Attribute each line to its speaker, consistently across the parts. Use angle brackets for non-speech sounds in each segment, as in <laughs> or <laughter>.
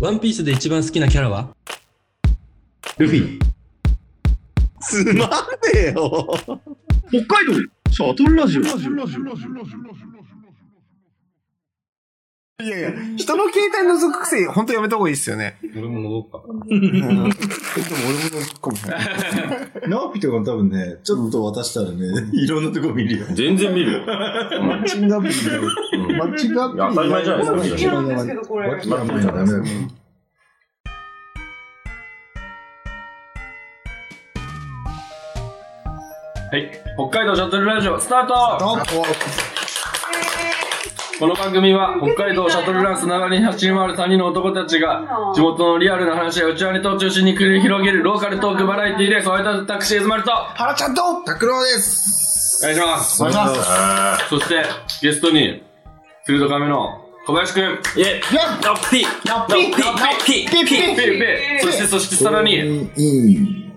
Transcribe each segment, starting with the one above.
Speaker 1: ワンピースで一番好きなキャラは
Speaker 2: ルフィ。
Speaker 3: つまんねえよ。
Speaker 2: 北海道シャトルラジオ。
Speaker 4: いやいや、人の携帯覗くくせに、ほんとやめた方がいいですよね。
Speaker 5: 俺も覗くか。
Speaker 4: うんでも俺も覗くかもしれない。
Speaker 6: 直樹とかも多分ね、ちょっと渡したらね、いろんなとこ見るよ。
Speaker 5: 全然見るよ。
Speaker 6: マッチングアプリで
Speaker 5: うん
Speaker 6: マッチングアプリ
Speaker 5: 当たり前じゃない
Speaker 7: 好き
Speaker 5: です
Speaker 7: なんですけど、これ。
Speaker 6: マッチングアプリはダメだよ
Speaker 5: はい。北海道シャトルラジオ、スタートこの番組は、北海道シャトルラン砂場に走り回る3人の男たちが、地元のリアルな話や内輪ネタを中心に繰り広げるローカルトークバラエティーです。お会いいたタクシーズマルと、お
Speaker 4: 原ちゃんと拓郎です
Speaker 5: 願いします。
Speaker 4: お願いします。
Speaker 5: そして、ゲストに、フィールドカメの小林くん、
Speaker 1: イェイ
Speaker 4: やっ
Speaker 5: ラッピー
Speaker 4: やっぴー
Speaker 5: ラッピ
Speaker 4: ピ
Speaker 5: ー
Speaker 4: ッピ
Speaker 5: ピ
Speaker 4: ッ
Speaker 5: ーピーピーそして、そしてさらに、
Speaker 6: いい。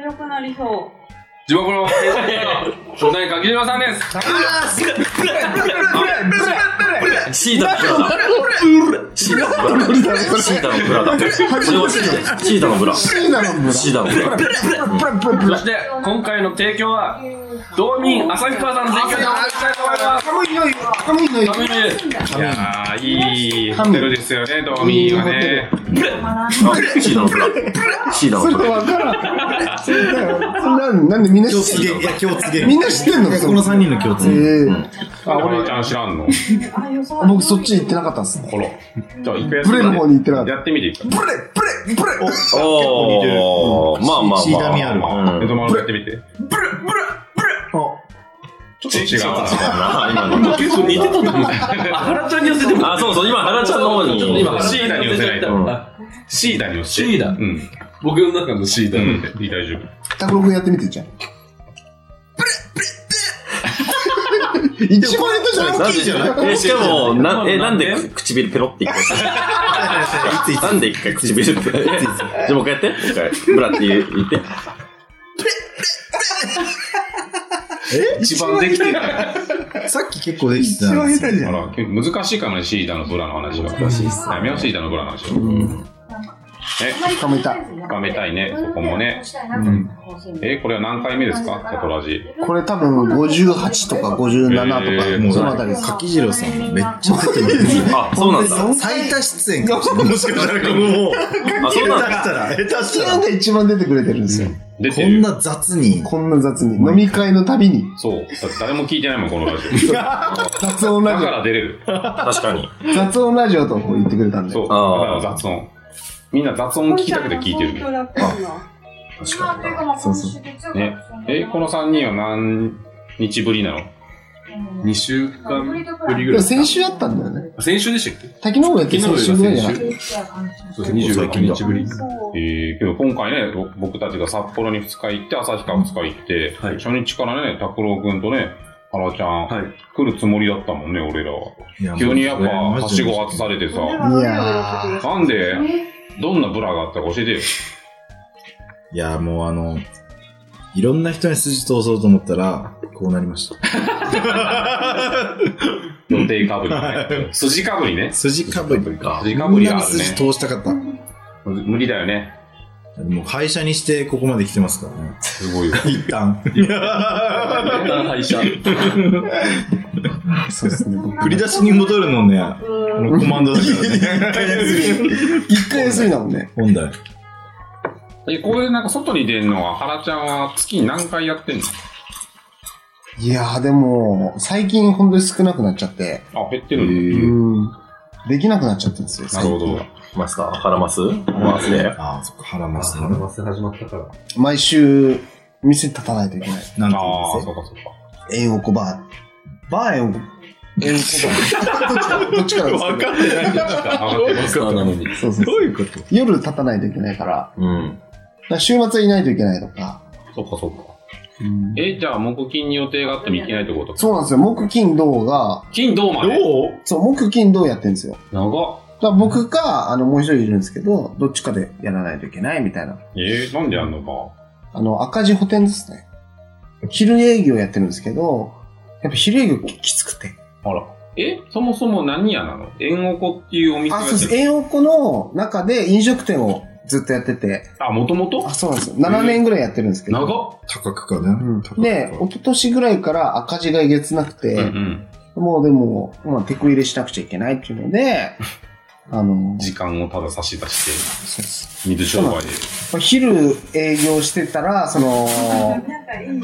Speaker 7: 強くなりそう。
Speaker 5: 地元の平成の初代柿島さんです。
Speaker 1: シータのブラだシータのブラだシータのブラだそれをシータシータのブラシ
Speaker 6: いいなの、村。
Speaker 1: ータのブラ
Speaker 5: そして、今回の提供は、道民、旭川さんの提供でお送りしたいと思います。
Speaker 4: 寒いのよ、寒いのよ。
Speaker 5: いやーいいホテルですよね、ドーミーはね。
Speaker 1: シータのブラシータ
Speaker 6: そ
Speaker 1: の
Speaker 6: れ
Speaker 1: ブラ
Speaker 6: わから <laughs> ん。それだよ。なんなんでみんな
Speaker 3: 共
Speaker 6: 知っ
Speaker 3: 通
Speaker 6: て
Speaker 3: 言
Speaker 6: ん
Speaker 3: いや、共通言
Speaker 6: のみんな知ってんのそ
Speaker 3: この3人の共通言
Speaker 6: えー
Speaker 5: あ、俺、ちゃん知らんの
Speaker 6: 僕そっち行ってなかったっすね。
Speaker 5: ほら。じゃあ、行くやつ
Speaker 6: ブレの方に行ってなかった。
Speaker 5: やってみていいか。
Speaker 4: ブレブレブレ
Speaker 5: おー、まあまあまあ。
Speaker 3: 血だみあるわ
Speaker 5: 江戸丸やってみて。ちょっと違うな。
Speaker 1: 結構似てたと思う原ちゃんに寄せても
Speaker 5: あ、そうそう、今、原ちゃんの方に。
Speaker 1: ちょっと今
Speaker 5: シーダに寄せないと。
Speaker 1: あ
Speaker 5: シーダに寄せて。
Speaker 1: シーダ
Speaker 5: うん。
Speaker 1: 僕の中のシー
Speaker 5: う
Speaker 1: タ
Speaker 5: ん、いい、大丈夫。
Speaker 6: 拓郎くんやってみてじゃん。一番下手じゃな
Speaker 3: 大
Speaker 6: い
Speaker 3: きいじゃない
Speaker 8: え、しかも、な、え、なんで唇ペロっていく <laughs> のなんで一回唇ペロって。じゃあもう一回やって。もう一回ブラって言う言って。
Speaker 3: 一番できてない。
Speaker 6: さっき結構できて
Speaker 4: 一
Speaker 6: たん
Speaker 4: 番
Speaker 6: で
Speaker 4: 下
Speaker 6: すよ
Speaker 4: 手じゃ
Speaker 5: ほ
Speaker 4: ん。
Speaker 5: ら、難しいからね、シーダのブラの話は。難しいっす。やめよう、シーダのブラの話は。
Speaker 6: 深めた。
Speaker 5: 深めたいね、ここもね。え、これは何回目ですかサトラジ。
Speaker 6: これ多分58とか57と
Speaker 5: え
Speaker 6: か、
Speaker 5: ー
Speaker 6: もう
Speaker 3: そ
Speaker 6: そ
Speaker 3: の
Speaker 6: の
Speaker 3: あ
Speaker 6: あ
Speaker 3: た
Speaker 6: た
Speaker 3: りで
Speaker 6: りですす。
Speaker 3: 柿次郎さんめっちゃ出て
Speaker 6: <laughs>
Speaker 3: ますね。
Speaker 8: あ、そうなんだ。
Speaker 6: 最多出演かもしれない。
Speaker 3: もしかしたらこのもう、
Speaker 8: あ、そうなんだ。
Speaker 3: 下手したら、下手
Speaker 6: そ
Speaker 3: し
Speaker 6: れ
Speaker 3: たら、
Speaker 6: が一番出てくれてるんですよ。
Speaker 5: 出て
Speaker 3: こ
Speaker 5: る
Speaker 3: ん。な雑に。
Speaker 6: こんな雑に。飲み会のたびに。
Speaker 5: そう。だって誰も聞いてないもん、このラジオ。だ
Speaker 6: 雑
Speaker 5: <laughs>
Speaker 6: 音ラ
Speaker 5: か
Speaker 6: ジ
Speaker 5: ら出れる。
Speaker 8: 確かに。
Speaker 6: オ。雑音ラジオとこう言ってくれたんで。
Speaker 5: そう。だ
Speaker 8: あ
Speaker 5: か
Speaker 8: ー
Speaker 5: ら雑音。みんな雑音聞きたくて聞いてるね。
Speaker 8: 確かにな。
Speaker 6: そうそう。
Speaker 5: ね。え、この3人は何日ぶりなの
Speaker 1: 2週間ぶりぐ
Speaker 6: で
Speaker 1: ら
Speaker 6: も
Speaker 1: い
Speaker 6: 先週あったんだよね。
Speaker 1: 先週でしたっけ
Speaker 6: 滝の方やって先週ぐらいじゃな
Speaker 1: 昨
Speaker 6: い
Speaker 1: そう26日
Speaker 7: <laughs>
Speaker 1: ぶり
Speaker 5: えー、けど今回ね、ぼ僕たちが札幌に2日行って、旭川2日行って、
Speaker 1: はい
Speaker 5: 初日からね、拓郎くんとね、ハラちゃん、
Speaker 1: はい
Speaker 5: 来るつもりだったもんね、俺らは。急にやっぱ、はしご外されてさ、なんで、どんなブラがあったか教えてよ。
Speaker 3: いや、もうあの、いろんな人に筋通そうと思ったら、こうなりました。
Speaker 5: 予定かぶりね。筋かぶりね。
Speaker 3: 筋かぶり
Speaker 8: か
Speaker 5: 筋かぶり
Speaker 3: みんな
Speaker 5: があ
Speaker 3: に
Speaker 5: る
Speaker 3: 筋
Speaker 5: ね。
Speaker 3: 通したかった。
Speaker 5: 無理だよね。
Speaker 3: もう廃車にしてここまで来てますからね。
Speaker 5: すごいよ。
Speaker 3: 一旦。
Speaker 5: <laughs>
Speaker 1: <laughs> 敗者
Speaker 6: そうですね。
Speaker 3: 振り出しに戻るのね、あのコマンドだからね。
Speaker 5: <laughs>
Speaker 6: 一回休みだもんね。
Speaker 3: 本題。
Speaker 5: え、これなんか外に出るのは、ハラちゃんは月に何回やってんの
Speaker 6: いやーでも、最近本当に少なくなっちゃって、
Speaker 5: あ、減ってるんだ。
Speaker 6: うん。できなくなっちゃったんですよ。
Speaker 5: なるほど。
Speaker 8: ますか腹ますますね。
Speaker 3: ああ、そっか、腹ますね。
Speaker 1: マス始まったから
Speaker 6: 毎週、店立たないといけない。
Speaker 3: なんて
Speaker 5: ああ、
Speaker 3: 言
Speaker 5: そううかそうか。
Speaker 6: 英語コバー。バー英語コ英語コバー。どっちからどっちからですけ
Speaker 1: スターなのに
Speaker 6: ど。そうそう
Speaker 3: どういうこと
Speaker 6: 夜立たないといけないから、だか
Speaker 8: うん。
Speaker 6: ら週末はいないといけないとか。
Speaker 5: そっかそっか。え、じゃあ、木金に予定があっても行けないってこと
Speaker 6: そうなんですよ。木金銅が、
Speaker 5: 金、銅まで。
Speaker 3: どう
Speaker 6: そう、木金銅やってるんですよ。
Speaker 5: 長っ。
Speaker 6: だから僕か、あの、もう一人いるんですけど、どっちかでやらないといけないみたいな。
Speaker 5: えー、なんでやんのか。
Speaker 6: あの、赤字補填ですね。昼営業やってるんですけど、やっぱ昼営業ききつくて。
Speaker 5: あら。
Speaker 9: えそもそも何屋なの縁おこっていうお店
Speaker 6: あ、
Speaker 9: が
Speaker 6: そうです。栄養庫の中で飲食店をずっとやってて。
Speaker 9: あ、もともと
Speaker 6: あ、そうなんですよ。7年ぐらいやってるんですけど。
Speaker 9: 長っ。
Speaker 3: 高くかね。
Speaker 6: うん
Speaker 3: 高くか
Speaker 6: で、一昨年ぐらいから赤字がえげつなくて、
Speaker 9: うん
Speaker 6: もうでも、まあ、テク入れしなくちゃいけないっていうの
Speaker 9: <laughs>
Speaker 6: で、あの
Speaker 9: うん。、時間をただ差し出し
Speaker 6: そうです
Speaker 9: て、水商売で。
Speaker 6: まあ昼営業してたら、その、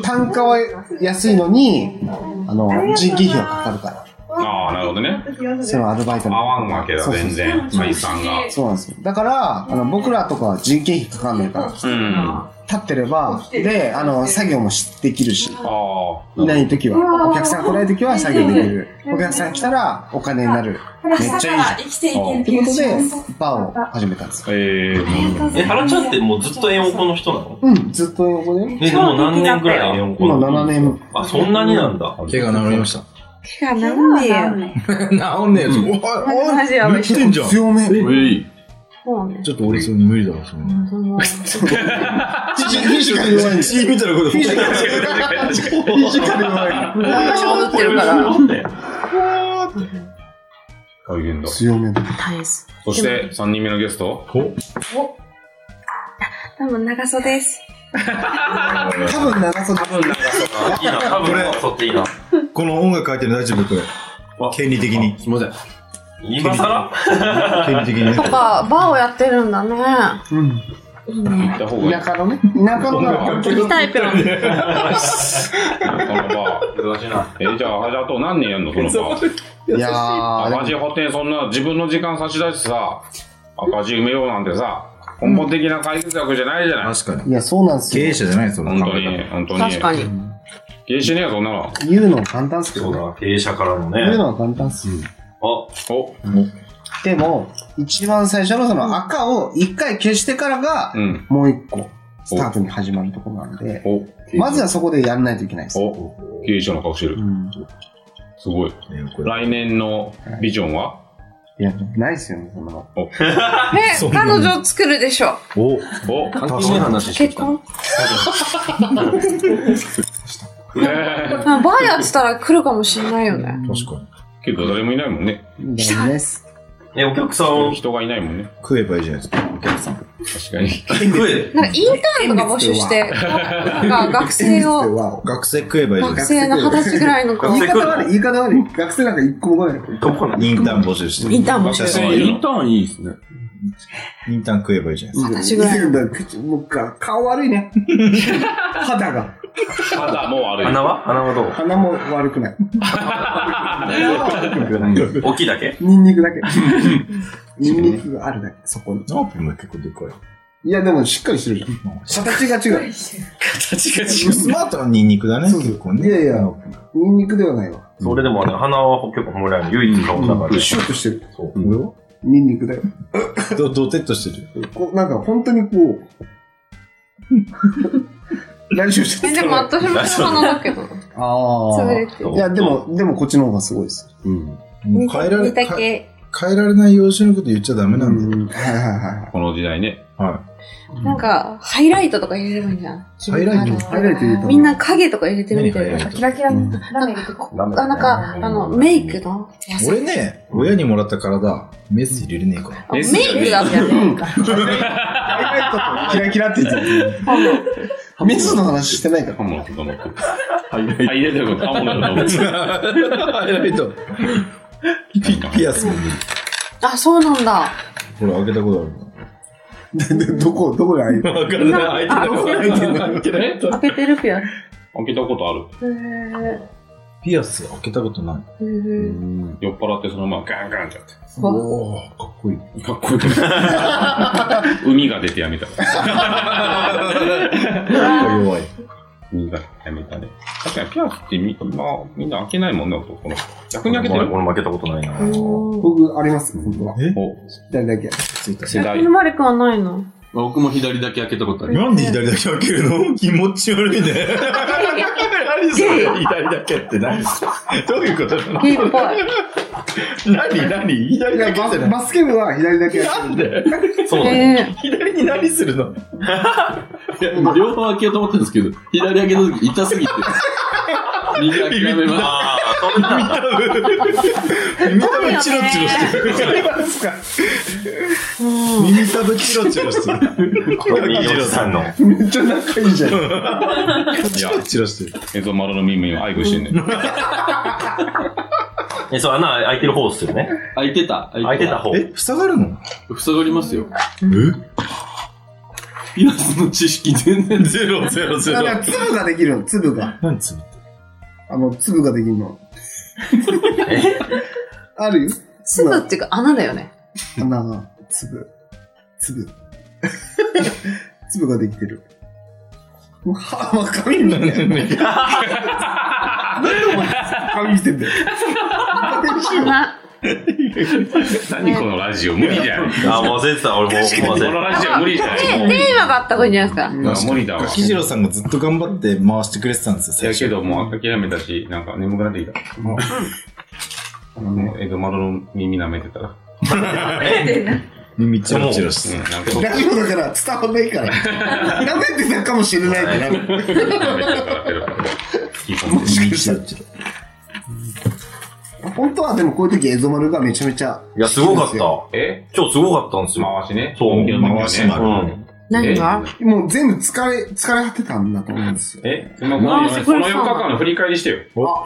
Speaker 6: 単価は安いのに、あの、人件費がかかるか
Speaker 9: ああ、なるほどね。
Speaker 6: ら、そのアルバイト
Speaker 9: 合
Speaker 6: の
Speaker 9: わんわけだ、
Speaker 6: そうそう
Speaker 9: 全然。採算が。
Speaker 6: そうなんですよ。だから、あの僕らとかは人件費かかんないから、
Speaker 9: うん。あ
Speaker 6: 立ってれば、で、あの、作業もしできるし、
Speaker 9: あ。
Speaker 6: いない時は、お客さん来ない時は作業できる。お客さん来たらお金になる。めっちゃいいじゃん。
Speaker 7: 生きてい
Speaker 9: ける
Speaker 6: ってことで、バーを始めたんですよ。
Speaker 9: えー、
Speaker 8: え、原ちゃんってもうずっと縁をこの人なの
Speaker 6: うん、ずっと横で。
Speaker 8: え、でも何年ぐらい縁をこ
Speaker 6: 今
Speaker 8: の
Speaker 6: 7年。
Speaker 8: あ、そんなになんだ。
Speaker 3: 毛が治りま
Speaker 5: <laughs>
Speaker 3: した。
Speaker 7: 手がなんでよ。
Speaker 3: 治んねえ <laughs> ぞ。おい、おい、言ってんじゃん。ち
Speaker 6: 強め。
Speaker 9: うい。
Speaker 7: そうね。
Speaker 3: ょっと俺、それ無理だわ、そんな。
Speaker 6: フィジカル弱いんですよ。
Speaker 3: みたいなこと。
Speaker 6: フィジカル弱い。
Speaker 7: 踊ってるから。
Speaker 9: 大変だ。
Speaker 6: 強めだ。
Speaker 7: 大変です。
Speaker 9: そして、3人目のゲスト。
Speaker 7: 多分長袖です。
Speaker 6: 多分長袖。
Speaker 8: あいいな、多分こそっていいな。
Speaker 3: <laughs> この音楽書いてるの大丈夫これ。権利的に。すみません。
Speaker 8: 今更
Speaker 3: 権利的にね。
Speaker 7: バー、バーをやってるんだね。
Speaker 6: うん。
Speaker 7: いいね。
Speaker 9: た方がいい。
Speaker 6: 田舎のね。田舎のなら本当に。
Speaker 7: タイプの。
Speaker 9: このバー。
Speaker 8: 難しいな。
Speaker 9: えー、じゃあ、じゃああと何年やんのこのバー。
Speaker 6: いやー、
Speaker 9: 赤字補填、そんな自分の時間差し出してさ、赤字埋めようなんてさ、根本的な解決策じゃないじゃない。
Speaker 3: 確かに。
Speaker 6: いや、そうなんです
Speaker 3: 経営
Speaker 6: よ。
Speaker 3: 者じゃないですよ、そ
Speaker 9: 本
Speaker 3: の
Speaker 9: 当
Speaker 3: 考え
Speaker 9: に、本当に。
Speaker 7: 確かに。
Speaker 9: 経営しねえよ、そんなの。
Speaker 6: 言うのは簡単っすけど
Speaker 8: そう
Speaker 6: ね。
Speaker 8: だ、経営者からの
Speaker 6: 言う
Speaker 8: ね。
Speaker 6: のは簡単っす。
Speaker 8: あ、
Speaker 9: お、
Speaker 6: でも、一番最初のその赤を一回消してからが
Speaker 9: う、ん。
Speaker 6: もう一個、スタートに始まるとこなんで、
Speaker 9: お、
Speaker 6: まずはそこでやらないといけないです。
Speaker 9: お、経営者の顔して
Speaker 6: う
Speaker 9: る。
Speaker 6: ん。
Speaker 9: すごい。
Speaker 3: 方ねこれ
Speaker 9: 来年のビジョンはい
Speaker 6: や、ないっすよね、そんなの。
Speaker 7: え、彼女作るでしょ。
Speaker 3: お、
Speaker 9: お、
Speaker 8: 関係ない話してき
Speaker 7: 結
Speaker 8: た。
Speaker 7: 婚
Speaker 9: えー、
Speaker 7: バーやってたら来るかもしれないよね。
Speaker 3: 確かに。
Speaker 9: けど誰もいないもんね。
Speaker 6: ダメです。
Speaker 8: え、お客さん、
Speaker 9: 人がいないもんね。
Speaker 3: 食えばいいじゃないですか。
Speaker 9: 確かに。
Speaker 8: 食え。
Speaker 7: なんかインターンとか募集して、なんか学生を、
Speaker 6: は、
Speaker 3: 学生食えばいいじゃない
Speaker 7: 学
Speaker 3: です
Speaker 7: 生の二十歳ぐらいの子
Speaker 8: 学
Speaker 6: 言
Speaker 8: 生
Speaker 6: い方悪い、言い方悪い。学生なんか一個も来ない。
Speaker 8: どこな
Speaker 3: か。インターン募集して。
Speaker 7: インターン募集
Speaker 3: 私は
Speaker 9: インターンいいですね。
Speaker 3: インターン食えばいいじゃないですか。
Speaker 7: 私ぐらい
Speaker 6: い。もうか顔悪い
Speaker 8: <laughs>
Speaker 6: ね。肌が。
Speaker 9: 肌もう悪
Speaker 8: <laughs>
Speaker 9: い。
Speaker 8: 鼻は鼻はどう
Speaker 6: 鼻も悪
Speaker 7: <laughs>
Speaker 6: くない。鼻は悪くない。
Speaker 8: <laughs> 大きいだけ
Speaker 6: ニンニクだ
Speaker 7: <laughs>
Speaker 6: け。ニンニクがあるだけ、そこに。
Speaker 3: ナオピも結構でかい。
Speaker 6: いや、でもしっかりしてるじゃん。形が違う。
Speaker 3: スマートなニンニクだね、
Speaker 6: そうそう
Speaker 3: 結構ね。
Speaker 6: いやいやニンニクではないわ。
Speaker 8: それでもあれ、鼻は結構褒められる。唯一顔の中で。
Speaker 6: シュッとしてる。
Speaker 8: そう
Speaker 3: 俺は
Speaker 6: ニンニクだよ。
Speaker 3: ど、どてっとしてる。
Speaker 6: こう、なんか本当に
Speaker 7: <laughs>
Speaker 6: こう。来週して
Speaker 7: え、でも私も花だけど、
Speaker 6: あ
Speaker 7: 潰れて
Speaker 6: いや、でも、でもこっちの方がすごいです。
Speaker 3: もう変えられ、
Speaker 7: 見た
Speaker 3: 変え
Speaker 7: 系。
Speaker 3: 変えられない養子のこと言っちゃダメなんだよ。
Speaker 6: うんはいはいはいはい。
Speaker 9: この時代ね。
Speaker 7: なんか、ハイライトとか入れればいいんじゃん。
Speaker 3: ハイライト
Speaker 7: あの
Speaker 6: ハイライト入れたの
Speaker 7: みんな影とか入れてるみたい
Speaker 3: 何ハイライ
Speaker 7: な。
Speaker 3: ト
Speaker 7: キラキラ。
Speaker 6: うん
Speaker 8: ダメ
Speaker 7: あ、なんか、あの、メイクのやつ
Speaker 3: 俺ね、親にもらった体、メス入れれねえから。
Speaker 7: あメイクだったよね。
Speaker 6: ハイライトとキラキラって言ってた。ミスの話してないから。 <laughs>
Speaker 9: ハモのことも。はい、入れてるハモの
Speaker 7: <laughs>
Speaker 9: ことも。
Speaker 3: ハイライト。 <laughs> ピアスも入れる。
Speaker 7: あ、そうなんだ。
Speaker 3: これ開けたことあるの
Speaker 6: でどこ、どこが開いてる
Speaker 3: わかんない。開いてない。
Speaker 9: え
Speaker 7: 開けてるピアス。
Speaker 9: 開けたことある。
Speaker 7: へー
Speaker 3: ピアス開けたことない。
Speaker 7: へー
Speaker 9: 酔っ払ってそのままガンガンちゃって。
Speaker 3: おー、かっこいい。
Speaker 9: かっこよくない海が出てやめた。
Speaker 3: 弱い。
Speaker 9: 海がやめたね。確かにピアスってみ,、まあ、みんな開けないもんね、男の人。逆に開けて
Speaker 8: 俺
Speaker 9: る。
Speaker 8: 俺負けたことないな。
Speaker 6: 僕、あります、本当は。
Speaker 3: え
Speaker 9: お
Speaker 6: 左だけ。
Speaker 3: ついた。
Speaker 9: 世代
Speaker 7: え、。マリ君はないの
Speaker 10: 僕も左だけ開けたことある。
Speaker 3: なんで左だけ開ける
Speaker 7: <laughs>
Speaker 3: の気持ち悪いね。何それ左だけって何どういうことなの
Speaker 7: ゲイっぽい。
Speaker 3: 何何左
Speaker 6: いや
Speaker 3: だけ
Speaker 6: バ
Speaker 3: って
Speaker 6: ス
Speaker 3: 何
Speaker 6: バスケ部は左だけやって
Speaker 3: な
Speaker 6: る
Speaker 3: んで
Speaker 8: そうだね。
Speaker 7: えー
Speaker 3: 左に何するの
Speaker 10: いや両方開けようと思ったんですけど、左開けた時痛すぎて。右諦めま
Speaker 8: ああ、そうなんだ。
Speaker 3: 耳たぶチロチロしてる。耳たぶチロチロしてる。
Speaker 8: これ、右おじさんの。
Speaker 6: めっちゃ仲いいじゃん。
Speaker 3: チロチロしてる。
Speaker 9: えっと、マロの耳を愛護してんねん。
Speaker 8: え、そう、穴開いてる方っすよね。
Speaker 9: <laughs>
Speaker 10: す。開いてた。
Speaker 8: 開いてた方。
Speaker 3: え、塞がるの
Speaker 10: 塞がりますよ。
Speaker 3: え
Speaker 10: ピアスの知識全然ゼロ。
Speaker 9: ゼロゼ
Speaker 6: だから粒ができるの、粒が。
Speaker 3: 何つぶって
Speaker 6: あの、粒ができるの。あるよ。
Speaker 7: 粒っていうか穴だよね。
Speaker 6: 穴が、粒。粒。 <laughs> 粒ができてる。もう歯、もう髪みたいな。何でお前、髪見てんだよ。
Speaker 7: <laughs> 穴。
Speaker 9: <laughs> 何このラジオ無理じゃん。こ
Speaker 8: あ、もう忘れてた。俺もう忘れて
Speaker 9: の
Speaker 8: た。
Speaker 9: ラジオ無理じゃ
Speaker 7: テ
Speaker 9: ん。
Speaker 7: テーマがあった方がいいんじゃないですか。
Speaker 9: もう無理だわ。
Speaker 3: 柿次郎さんがずっと頑張って回してくれてたんですよ、最
Speaker 9: や
Speaker 3: 初
Speaker 9: け。どもう諦めたし、なんか眠くなってきた。あの、エドマロの耳舐めてたら。
Speaker 3: 耳チロチロして
Speaker 9: うん、
Speaker 3: る。
Speaker 6: <laughs>
Speaker 9: なんか、
Speaker 6: ラジオだから伝わんないから。舐めてたかもしれないってなる。
Speaker 9: 舐めてたからってるから。吹き込んで。
Speaker 3: 耳チロチロ。
Speaker 6: 本当はでもこういう時エゾマルがめちゃめちゃ。
Speaker 8: いや、すごかった。今
Speaker 9: <laughs> え
Speaker 8: 日すごかったんですよ。
Speaker 9: 回しね。
Speaker 8: そう
Speaker 3: 回しもあ
Speaker 9: ね。
Speaker 3: る
Speaker 8: うん。
Speaker 7: 何が
Speaker 6: もう全部疲れ、疲れ果てたんだと思うんですよ。
Speaker 9: えそのその4日間の振り返りしてよ。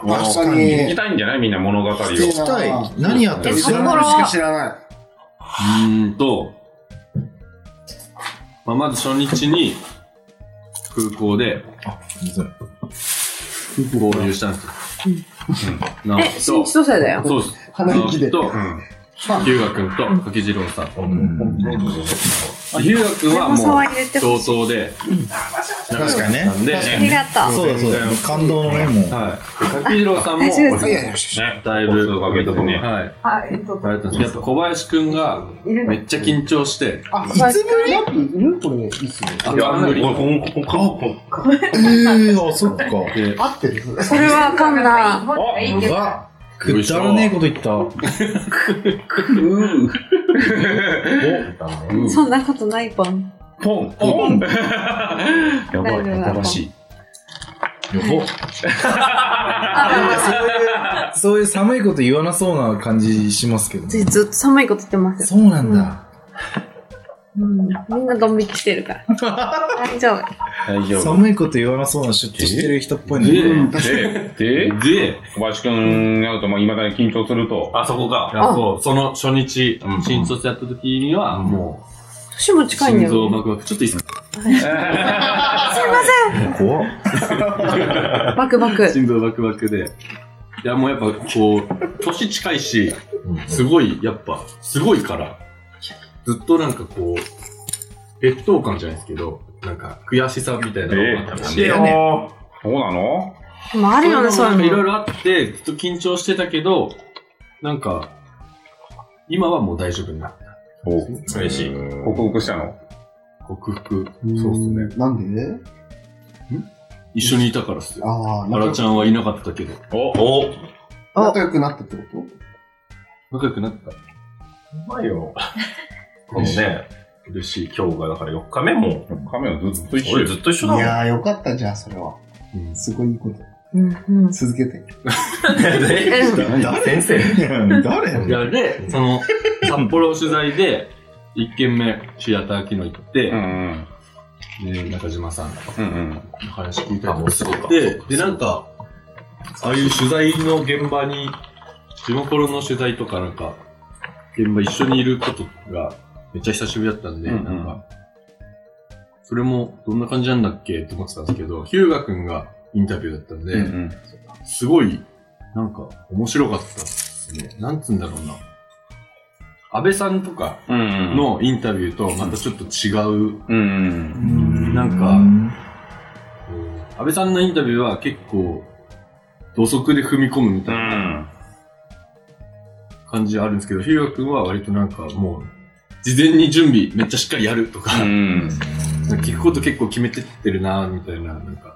Speaker 6: あ、確か
Speaker 9: 聞き
Speaker 6: に。
Speaker 9: たいんじゃないみんな物語を。
Speaker 3: 聞きたい。何やった
Speaker 7: え
Speaker 3: の
Speaker 7: そ
Speaker 3: 知
Speaker 6: エゾ
Speaker 3: らな
Speaker 7: こ
Speaker 6: マ
Speaker 3: い
Speaker 6: ルしか知らな
Speaker 10: うーんと、まあ、まず初日に空港で
Speaker 3: あ、水飲
Speaker 10: 合流したんですよ。うん。直
Speaker 7: え、
Speaker 10: 樹
Speaker 7: 新千
Speaker 10: と、そ
Speaker 7: 歳だよ。
Speaker 10: うです。
Speaker 6: 鼻息で
Speaker 10: 直樹と
Speaker 9: う、ん。
Speaker 10: ヒューガ君と柿次郎さんと。
Speaker 3: む
Speaker 10: あヒューガ君はも
Speaker 7: 沢
Speaker 10: う、
Speaker 7: 入れて
Speaker 10: 同等で、
Speaker 3: 確かにね
Speaker 10: な。んで、
Speaker 7: ありがとう。
Speaker 3: そうだそうだ。感動のね、もう。
Speaker 10: はい。柿次郎さんも、
Speaker 7: 大丈夫
Speaker 6: い。いやい
Speaker 7: で
Speaker 6: や、よしよし
Speaker 9: ね。
Speaker 10: だいぶ、
Speaker 9: かけてね。
Speaker 10: はい。
Speaker 1: あ、えっと、
Speaker 10: あれだったんですけどやっぱ小林君が、めっちゃ緊張して、
Speaker 6: あ、いつぶりラップいるこれ、いつ
Speaker 10: あ
Speaker 8: いや、
Speaker 10: の、
Speaker 8: 俺、ほん、ほん、ほん、ほん。
Speaker 3: えー、あ、そっか。
Speaker 6: 合ってる
Speaker 7: す。それはあかんな。
Speaker 3: うわ、くだらねえこと言った。
Speaker 7: そんなことないぽん。
Speaker 9: ポンポンやば
Speaker 7: 大
Speaker 9: い、
Speaker 7: 丈夫だ
Speaker 9: 新しい。
Speaker 3: よほ。そういう寒いこと言わなそうな感じしますけどね。
Speaker 7: ずずっと寒いこと言ってますよ。
Speaker 3: そうなんだ。
Speaker 7: うんみんなドン引きしてる <laughs> から。大丈夫。
Speaker 10: 大丈夫。
Speaker 3: 寒いこと言わなそうなシュッとしてる人っぽいね。
Speaker 9: で、で、
Speaker 10: で、
Speaker 9: 小林くんやると、まあ、今から緊張すると、
Speaker 8: あそこか。
Speaker 10: あそう、その初日
Speaker 9: うん、
Speaker 10: 新卒やった時には、も
Speaker 7: 年も
Speaker 10: う、
Speaker 7: 近いんだ
Speaker 10: 心臓
Speaker 7: よね。
Speaker 10: バクバク。ちょっといいですか
Speaker 7: すいま
Speaker 3: 怖っ。
Speaker 7: せん。バクバク。
Speaker 10: 心臓バクバクで。いや、もうやっぱこう、年近いし、すごい、やっぱ、すごいから、ずっとなんかこう、劣等感じゃないですけど、なんか悔しさみたいなのがあったし、
Speaker 9: え
Speaker 10: そう
Speaker 9: そうなの
Speaker 7: でもある
Speaker 10: いう
Speaker 7: よね、
Speaker 10: のも
Speaker 7: そう
Speaker 10: なんか
Speaker 7: い
Speaker 10: いうろい
Speaker 7: の。
Speaker 10: ろあって、ずっと緊張してたけど、なんか、今はもう大丈夫になった。
Speaker 8: 嬉しい。
Speaker 9: 克服したの
Speaker 10: 克服。
Speaker 6: そうっすね。なんで
Speaker 10: 一緒にいたからっすよ。
Speaker 6: ああ、
Speaker 10: あら
Speaker 6: 仲
Speaker 10: ちゃんはいなかったけど、
Speaker 8: お、お、
Speaker 6: 仲良くなったってこ
Speaker 10: 仲良くなった。
Speaker 8: このね、嬉しい。今日が、だから4日目も、
Speaker 9: カメラずっと一緒
Speaker 8: 俺
Speaker 9: よ
Speaker 8: ずっと一緒だ
Speaker 6: と
Speaker 8: も
Speaker 6: い
Speaker 8: ん。
Speaker 6: やー、よかったじゃん、それは。すごいいいこと。
Speaker 7: うんうん。
Speaker 6: 続けて。
Speaker 7: えでも
Speaker 6: <laughs>
Speaker 8: 先生
Speaker 10: いや、で、その、札幌取材で、一軒目、シアター機能行って、
Speaker 9: うん
Speaker 10: で中島さんの
Speaker 9: うん。うん
Speaker 10: 話聞いたり
Speaker 8: あそうか
Speaker 10: で、で、なんか、ああいう取材の現場に、地元の取材とかなんか、現場一緒にいることが、めっちゃ久しぶりだったんで、
Speaker 9: うんうん
Speaker 10: なんか、それも、どんな感じなんだっけと思ってたんですけど、ヒューガ君がインタビューだったんで、
Speaker 9: うん。うん
Speaker 10: すごい、なんか、面白かったですね。なんつうんだろうな。安倍さんとか
Speaker 9: うん。
Speaker 10: のインタビューとまたちょっと違う、
Speaker 9: うんうん。
Speaker 10: なんか、安倍さんのインタビューは結構、土足で踏み込むみ
Speaker 9: う。
Speaker 10: たいなん感じあるんですけど、ヒューガ君は割となんかもう、事前に準備めっちゃしっかりやるとか、
Speaker 9: うん。
Speaker 10: なんか聞くこと結構決めてってるなみたいな、なんか、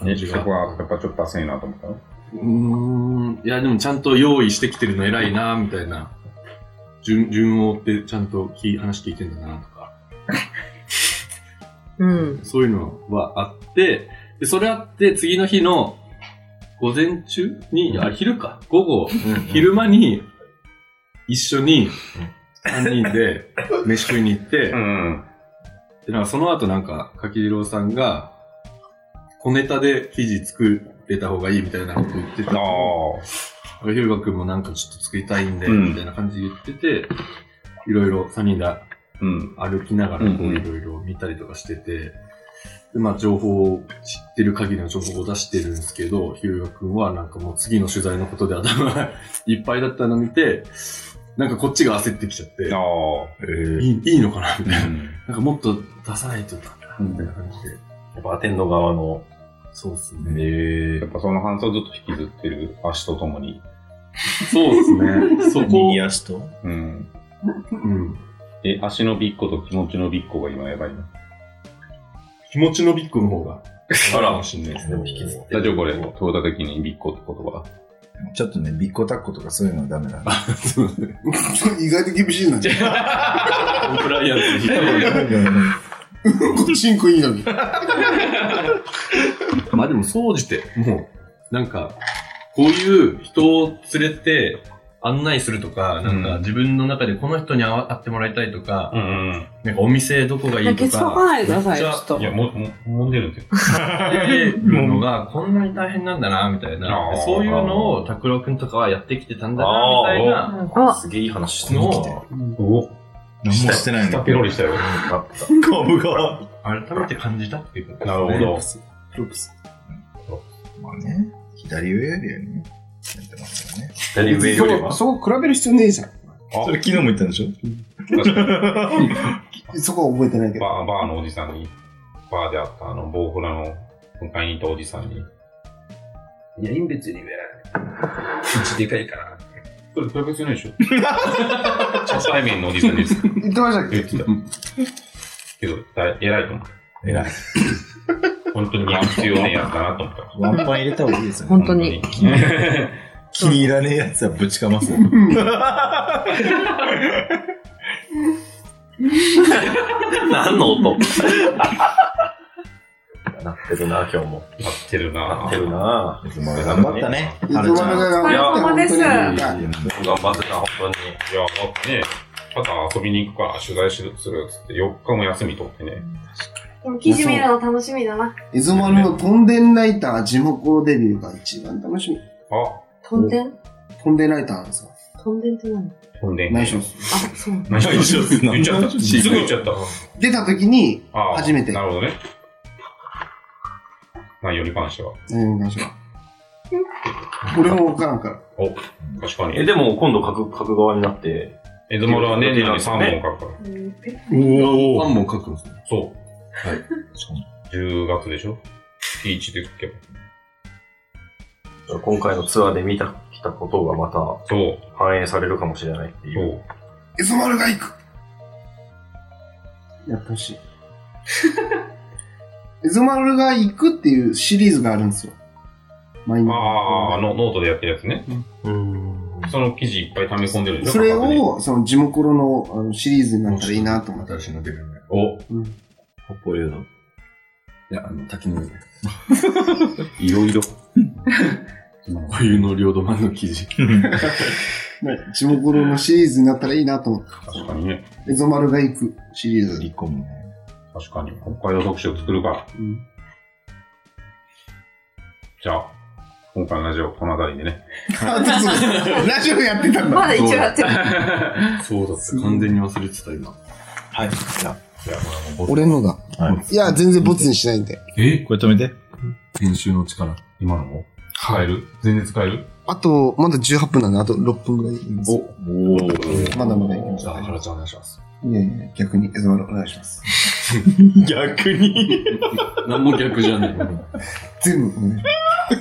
Speaker 10: 感
Speaker 9: え
Speaker 10: じ
Speaker 9: そ
Speaker 10: が
Speaker 9: こ。は、やっぱちょっと熱いなと思ったの
Speaker 10: うーん、いやでもちゃんと用意してきてるの偉いなみたいな。順、順を追ってちゃんと聞い話聞いてんだなとか。
Speaker 7: うん。
Speaker 10: そういうのはあって、で、それあって次の日の午前中に、あ、昼か。午後、昼間に、一緒に、3人で、飯食いに行って、で、なんかその後なんか、かきりろうさんが、小ネタで生地作れた方がいいみたいなこと言ってた。あひゅうがくんもなんかちょっと作りたいんで、
Speaker 9: うん
Speaker 10: みたいな感じで言ってて、いろいろ3人で歩きながらこういろいろ見たりとかしてて、で、まあ情報を知ってる限りの情報を出してるんですけど、ひゅうがくんはなんかもう次の取材のことで頭 <laughs> がいっぱいだったの見て、なんかこっちが焦ってきちゃって、いいいいのかなみたいな。なんかもっと出さないとダメだみたいな感じで。
Speaker 9: やっぱアテンド側の。
Speaker 10: そうですね。
Speaker 9: ええやっぱその感想をずっと引きずってる足とともに。
Speaker 10: そうですね。そ
Speaker 9: <laughs>
Speaker 10: こ。
Speaker 3: 右足と。
Speaker 9: うん。
Speaker 10: うん。
Speaker 9: え、足のびっこと気持ちのびっこが今やばいな。
Speaker 10: 気持ちのビッグの方が、
Speaker 9: あら
Speaker 10: かもしんないですね。引きずって
Speaker 9: 大丈夫これ、問うた時にびっこって言葉。
Speaker 3: ちょっとね、ビッコタッコとかそういうのはダメなん <laughs> だ。
Speaker 6: 意外と厳しいな。
Speaker 10: コンプライアンス
Speaker 6: うんこちんこいいのに。
Speaker 10: まあでも、総じて、もう、なんか、こういう人を連れて案内するとか、なんか自分の中でこの人に会わ会ってもらいたいとか、なんかお店どこがいいとか。
Speaker 1: ケツかかないでください
Speaker 10: めっ
Speaker 1: ちょっと
Speaker 10: ちゃいや、も、も、揉んでるんですよ。るのが、こんなに大変なんだな、みたいな。でそういうのを、拓郎くんとかはやってきてたんだな、みたいな
Speaker 1: あ、
Speaker 5: すげえいい話して
Speaker 10: の
Speaker 5: きて。
Speaker 10: を、
Speaker 9: お
Speaker 3: 何もしてないんだけど。
Speaker 9: リしたよ。
Speaker 3: 株が。
Speaker 10: 改めて感じたっていうことです
Speaker 9: な
Speaker 10: ね。
Speaker 9: るほど。
Speaker 3: まあね、左上よりはね、やってますよね。
Speaker 9: 左上より
Speaker 10: <laughs>
Speaker 9: は。
Speaker 6: そこ比べる必要ねえじゃん。
Speaker 3: それ昨日も言ったんでしょ
Speaker 6: そこは覚えてないけど。
Speaker 9: バー、バーのおじさんに、バーであったあの、ボウフラの迎えにいたおじさんに、
Speaker 5: いや、インベチに上。口でかいから。
Speaker 9: それ比べてないでしょ <laughs> 初対面のおじさんです。
Speaker 6: 言ってましたっけ
Speaker 9: 言ってた。けど、だ偉いと思う。
Speaker 3: 偉
Speaker 9: い。本当に必要ねえやつだなと思った。
Speaker 3: ワンパン入れた方がいいですよね。
Speaker 7: 本当に。
Speaker 3: <laughs> 気に入らねえやつはぶちかますよ。
Speaker 8: 何の音
Speaker 5: なってるな、今日も。
Speaker 9: 合ってる
Speaker 5: な
Speaker 9: な
Speaker 5: ってるな。
Speaker 3: まあ頑張ったね。
Speaker 6: いつも
Speaker 1: お疲れ様です。
Speaker 3: いや
Speaker 5: 頑張ってた、本当に。
Speaker 9: いや、だってね、ただ遊びに行くから取材するするっつって、4日も休み取ってね。
Speaker 7: でも記事見るの楽しみだな。
Speaker 6: エゾマルのトンデンライター地元デビューが一番楽しみ。
Speaker 9: あ、
Speaker 7: トンデン
Speaker 6: トンデンライターさ、
Speaker 7: トンデンって何
Speaker 9: ほんで。
Speaker 6: 内緒です。
Speaker 7: あ、そうなんだ。
Speaker 9: 内緒言っちゃった。すぐ言っちゃった。
Speaker 6: 出た時に、
Speaker 9: ああ
Speaker 6: 初めて
Speaker 9: なるほどね。内容に関しては。
Speaker 6: 何の話が。俺もわからんから。
Speaker 9: お、確か
Speaker 5: え、
Speaker 9: に。
Speaker 5: でも今度書く、書く側になって。
Speaker 9: エズマルは年内に3本書くか
Speaker 7: うんペッ
Speaker 10: ファンも書くんですね。
Speaker 9: ら。そう。
Speaker 10: はい。
Speaker 9: 10月でしょピーチで書けば。
Speaker 5: 今回のツアーで見た、来たことがまた
Speaker 9: そう。
Speaker 5: 反映されるかもしれないってい。
Speaker 9: そうう。
Speaker 6: エゾマルが行くやってほしい。エゾマルが行くっていうシリーズがあるんですよ。毎日。
Speaker 9: ああ、のノートでやってるやつね。
Speaker 5: うん。
Speaker 9: その記事いっぱい溜め込んでるでしょ
Speaker 6: それ。
Speaker 9: 片手に
Speaker 6: を、その、地元のあのシリーズになったらいいなと思って。
Speaker 10: 新しいの出るんで。
Speaker 9: お、
Speaker 3: 北方領土。
Speaker 10: いや、あの、滝の上です。
Speaker 9: いろいろ。
Speaker 10: お湯の領土版の記事。
Speaker 6: ね地元のシリーズになったらいいなと思って。
Speaker 9: 確かにね。
Speaker 6: エゾマルが行くシリーズ。
Speaker 10: <laughs>
Speaker 3: 離婚ね。
Speaker 9: 確かに。北海道特集を作るから。
Speaker 6: うん
Speaker 9: じゃあ、今回のラジオ、この辺りでね。
Speaker 6: あ、そう <laughs> ラジオやってたんだ。
Speaker 7: まだ一応やってる。
Speaker 10: そうだった。完全に忘れてた、今。
Speaker 3: はい。じゃあ、
Speaker 6: 俺のだ。、
Speaker 3: はい
Speaker 6: や、全然ボツにしないんで。
Speaker 9: え
Speaker 3: これ止めて。
Speaker 10: 編集の力。
Speaker 9: 今のも使える全然使える
Speaker 6: あと、まだ18分なんで、あと6分ぐらいいいんですよ
Speaker 3: おお。
Speaker 6: まだまだいけま
Speaker 10: じ
Speaker 6: す
Speaker 10: ゃあ、原ちゃんお願いします。
Speaker 6: いやいや、逆に、エゾマルお願いし
Speaker 10: <laughs>
Speaker 6: ます。
Speaker 3: 逆に。
Speaker 10: 何も逆じゃない。
Speaker 6: 全部お
Speaker 10: <laughs>
Speaker 6: 願いします。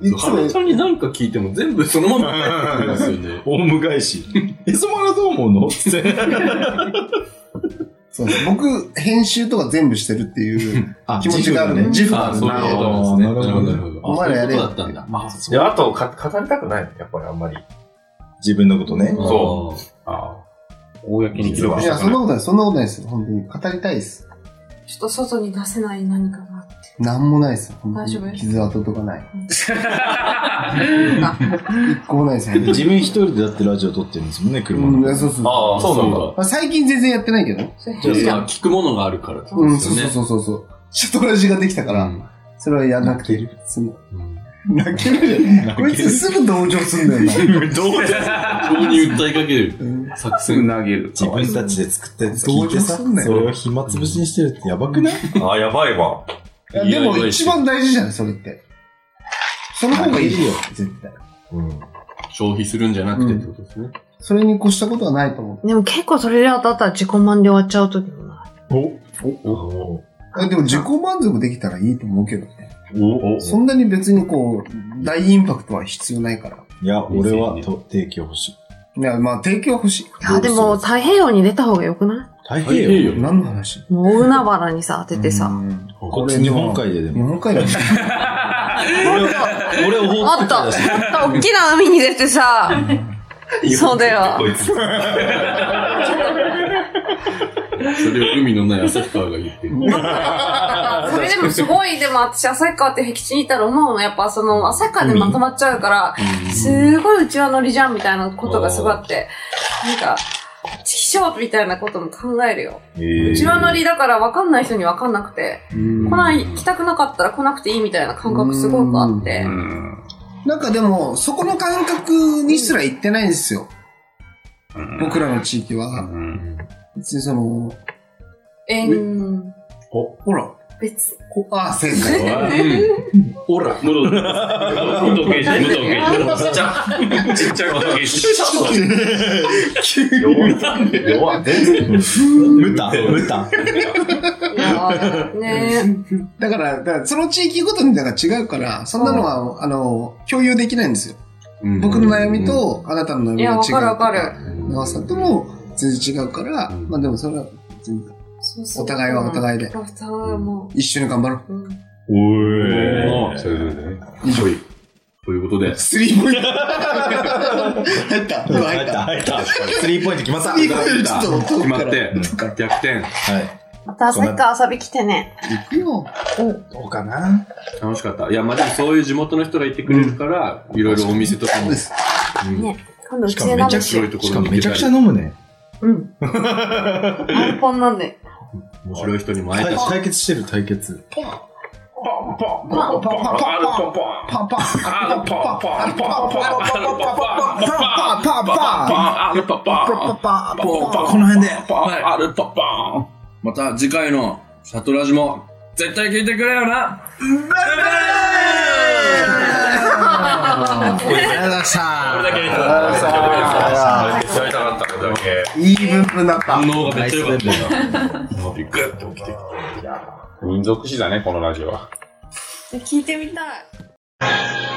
Speaker 6: いつも
Speaker 10: 原ちゃんに何か聞いても全部そのまま返ってくるんですよね。
Speaker 3: オウム返し。え、そまらどう思うのつって。
Speaker 6: そうです僕、編集とか全部してるっていう
Speaker 3: <laughs> あ
Speaker 6: 気持ちがあるね。自負があ
Speaker 10: あ、
Speaker 6: る
Speaker 10: そ
Speaker 6: ん
Speaker 10: うい
Speaker 6: で。
Speaker 10: うこと
Speaker 3: なるほど
Speaker 10: なんですね。なるほど。
Speaker 6: お前らやれよ
Speaker 10: あそういうことだったんだ。まあ、そ。
Speaker 5: いや、あと、か語りたくないのやっぱりあんまり。
Speaker 3: 自分のことね。
Speaker 9: そうああ。公にするわ
Speaker 6: いや、そんなことない、そんなことないです。本当に。語りたいです。
Speaker 7: ちょっと外に出せない何かがあって。
Speaker 6: なんもないです。
Speaker 7: 大丈夫です
Speaker 6: 傷跡とかない。 <laughs> 一個もないです。
Speaker 3: 自分一人でだってラジオ撮ってるんですもんね、車の
Speaker 6: うん、そうそう。
Speaker 10: ああ、そうなんだ。
Speaker 6: まあ最近全然やってないけど。
Speaker 10: じゃあさ、聞くものがあるからってこ
Speaker 6: う
Speaker 10: とで
Speaker 6: ん、
Speaker 10: す
Speaker 6: そう
Speaker 10: よね。
Speaker 6: そうそうそう。シャトラジができたから、それはやんなくて。その泣けるじゃん。こいつすぐ同情すんだよな。 <laughs>
Speaker 10: どうやどうに訴えかける作
Speaker 9: すぐ
Speaker 10: 戦。
Speaker 9: 投げる。
Speaker 3: 自分たちで作ったやつ聞いてさ、
Speaker 6: 同情すんなよ
Speaker 3: それを暇つぶしにしてるってやばくない
Speaker 5: ああ、やばい
Speaker 10: <laughs>
Speaker 5: わ。
Speaker 6: いやでも一番大事じゃない、それって。その方がいいよ、絶対。
Speaker 10: 消費するんじゃなくてってことですね。
Speaker 6: それに越したことはないと思う。
Speaker 7: でも結構それで当たったら自己満で終わっちゃうときもな
Speaker 6: えでも自己満足できたらいいと思うけどね。
Speaker 10: おお
Speaker 6: そんなに別にこう、大インパクトは必要ないから。
Speaker 3: いや、俺はと提供欲しい。
Speaker 6: いや、まあ、提供は欲しい。
Speaker 7: いや、でも太平洋に出た方がよくな
Speaker 3: 太
Speaker 10: い
Speaker 3: 平
Speaker 10: い
Speaker 3: 洋
Speaker 10: よ。
Speaker 6: 何の話
Speaker 7: いもう大海原にさ、当ててさ。
Speaker 6: うん
Speaker 3: こっち日本海でで
Speaker 6: 日
Speaker 3: も。
Speaker 6: 本
Speaker 7: <laughs>
Speaker 6: 海だよ。
Speaker 3: 俺を
Speaker 7: あったあった大きな海に出て <laughs> さ。そうだよ。
Speaker 10: それを海のない旭川が言ってる。
Speaker 7: それでもすごい、でも私、旭川って僻地にいたら思うの。やっぱその、旭川でまとまっちゃうから、すごいうちはノリじゃんみたいなことがすごいあって、なんか、地気象みたいなことも考えるよ。うちはノリだから分かんない人に分かんなくて、来ない、来たくなかったら来なくていいみたいな感覚すごくあって、
Speaker 6: なんかでも、そこの感覚にすら行ってないんですよ。僕らの地域は。別にその、
Speaker 7: えん、
Speaker 6: ほら、
Speaker 7: 別。
Speaker 6: こあ、正
Speaker 7: <laughs>
Speaker 6: 解。
Speaker 10: ほら、
Speaker 9: 武藤、武藤刑事、武藤刑事。ちっちゃ、ちっちゃい武藤
Speaker 5: <laughs>
Speaker 9: 刑事。
Speaker 10: 弱い。全然。
Speaker 3: 無駄、無駄。
Speaker 7: いやーね
Speaker 6: だから、だからその地域ごとにだから違うから、そんなのは、あの、共有できないんですよ。僕の悩みと、あなたの悩
Speaker 7: え。い
Speaker 6: みが違うと
Speaker 7: や、わかるわかる。
Speaker 6: 長さとも全然違うから、
Speaker 10: うん
Speaker 6: まあでもそれは別に
Speaker 7: そうそう
Speaker 6: お互いはお互いで
Speaker 7: お互いはも
Speaker 6: 一緒に頑張ろう。
Speaker 7: う。うん
Speaker 10: おー、それでね。以上ということで、
Speaker 6: スリーポイント入った入った入
Speaker 3: 入
Speaker 6: っ
Speaker 3: った、
Speaker 6: た
Speaker 3: 入った。スリーポイント決まった。
Speaker 6: スリーポイントちょっと遠
Speaker 10: 決
Speaker 6: く
Speaker 10: ま
Speaker 6: か
Speaker 10: っ
Speaker 6: ら
Speaker 10: て、逆転。
Speaker 3: はい。
Speaker 7: また旭川遊び来てね。
Speaker 6: 行くよ。
Speaker 3: どうかな
Speaker 10: 楽しかった。いや、まあでもそういう地元の人がいてくれるから、いろいろお店とかも
Speaker 6: そうで、す。
Speaker 10: うん
Speaker 7: ね今度う
Speaker 3: し
Speaker 7: ち
Speaker 3: かも
Speaker 7: で
Speaker 3: め
Speaker 7: 鍋
Speaker 3: ちゃく
Speaker 7: し
Speaker 10: そう
Speaker 7: よ。
Speaker 10: いううとこ
Speaker 3: し
Speaker 10: ろ
Speaker 3: か
Speaker 10: に
Speaker 3: も
Speaker 10: 行け
Speaker 3: め
Speaker 10: た
Speaker 3: ちゃ
Speaker 10: り
Speaker 3: くちゃ飲むね。
Speaker 7: うん。アルコンなんで。
Speaker 10: 面白い人にも会え
Speaker 3: 対
Speaker 10: たし。
Speaker 3: 対決してる、対決。
Speaker 10: この辺で。あるパパン。また次回のシャトラジも絶対聞いてくれよな。
Speaker 6: ありがとうございました。
Speaker 9: これだけ見たら、
Speaker 6: あ
Speaker 9: 食べたかったこれだけ。
Speaker 6: いい分布になった。
Speaker 10: 反応がめっちゃ良かったな。びっくりと起きて。
Speaker 9: 民族史だね、このラジオは。
Speaker 7: 聞いてみたい。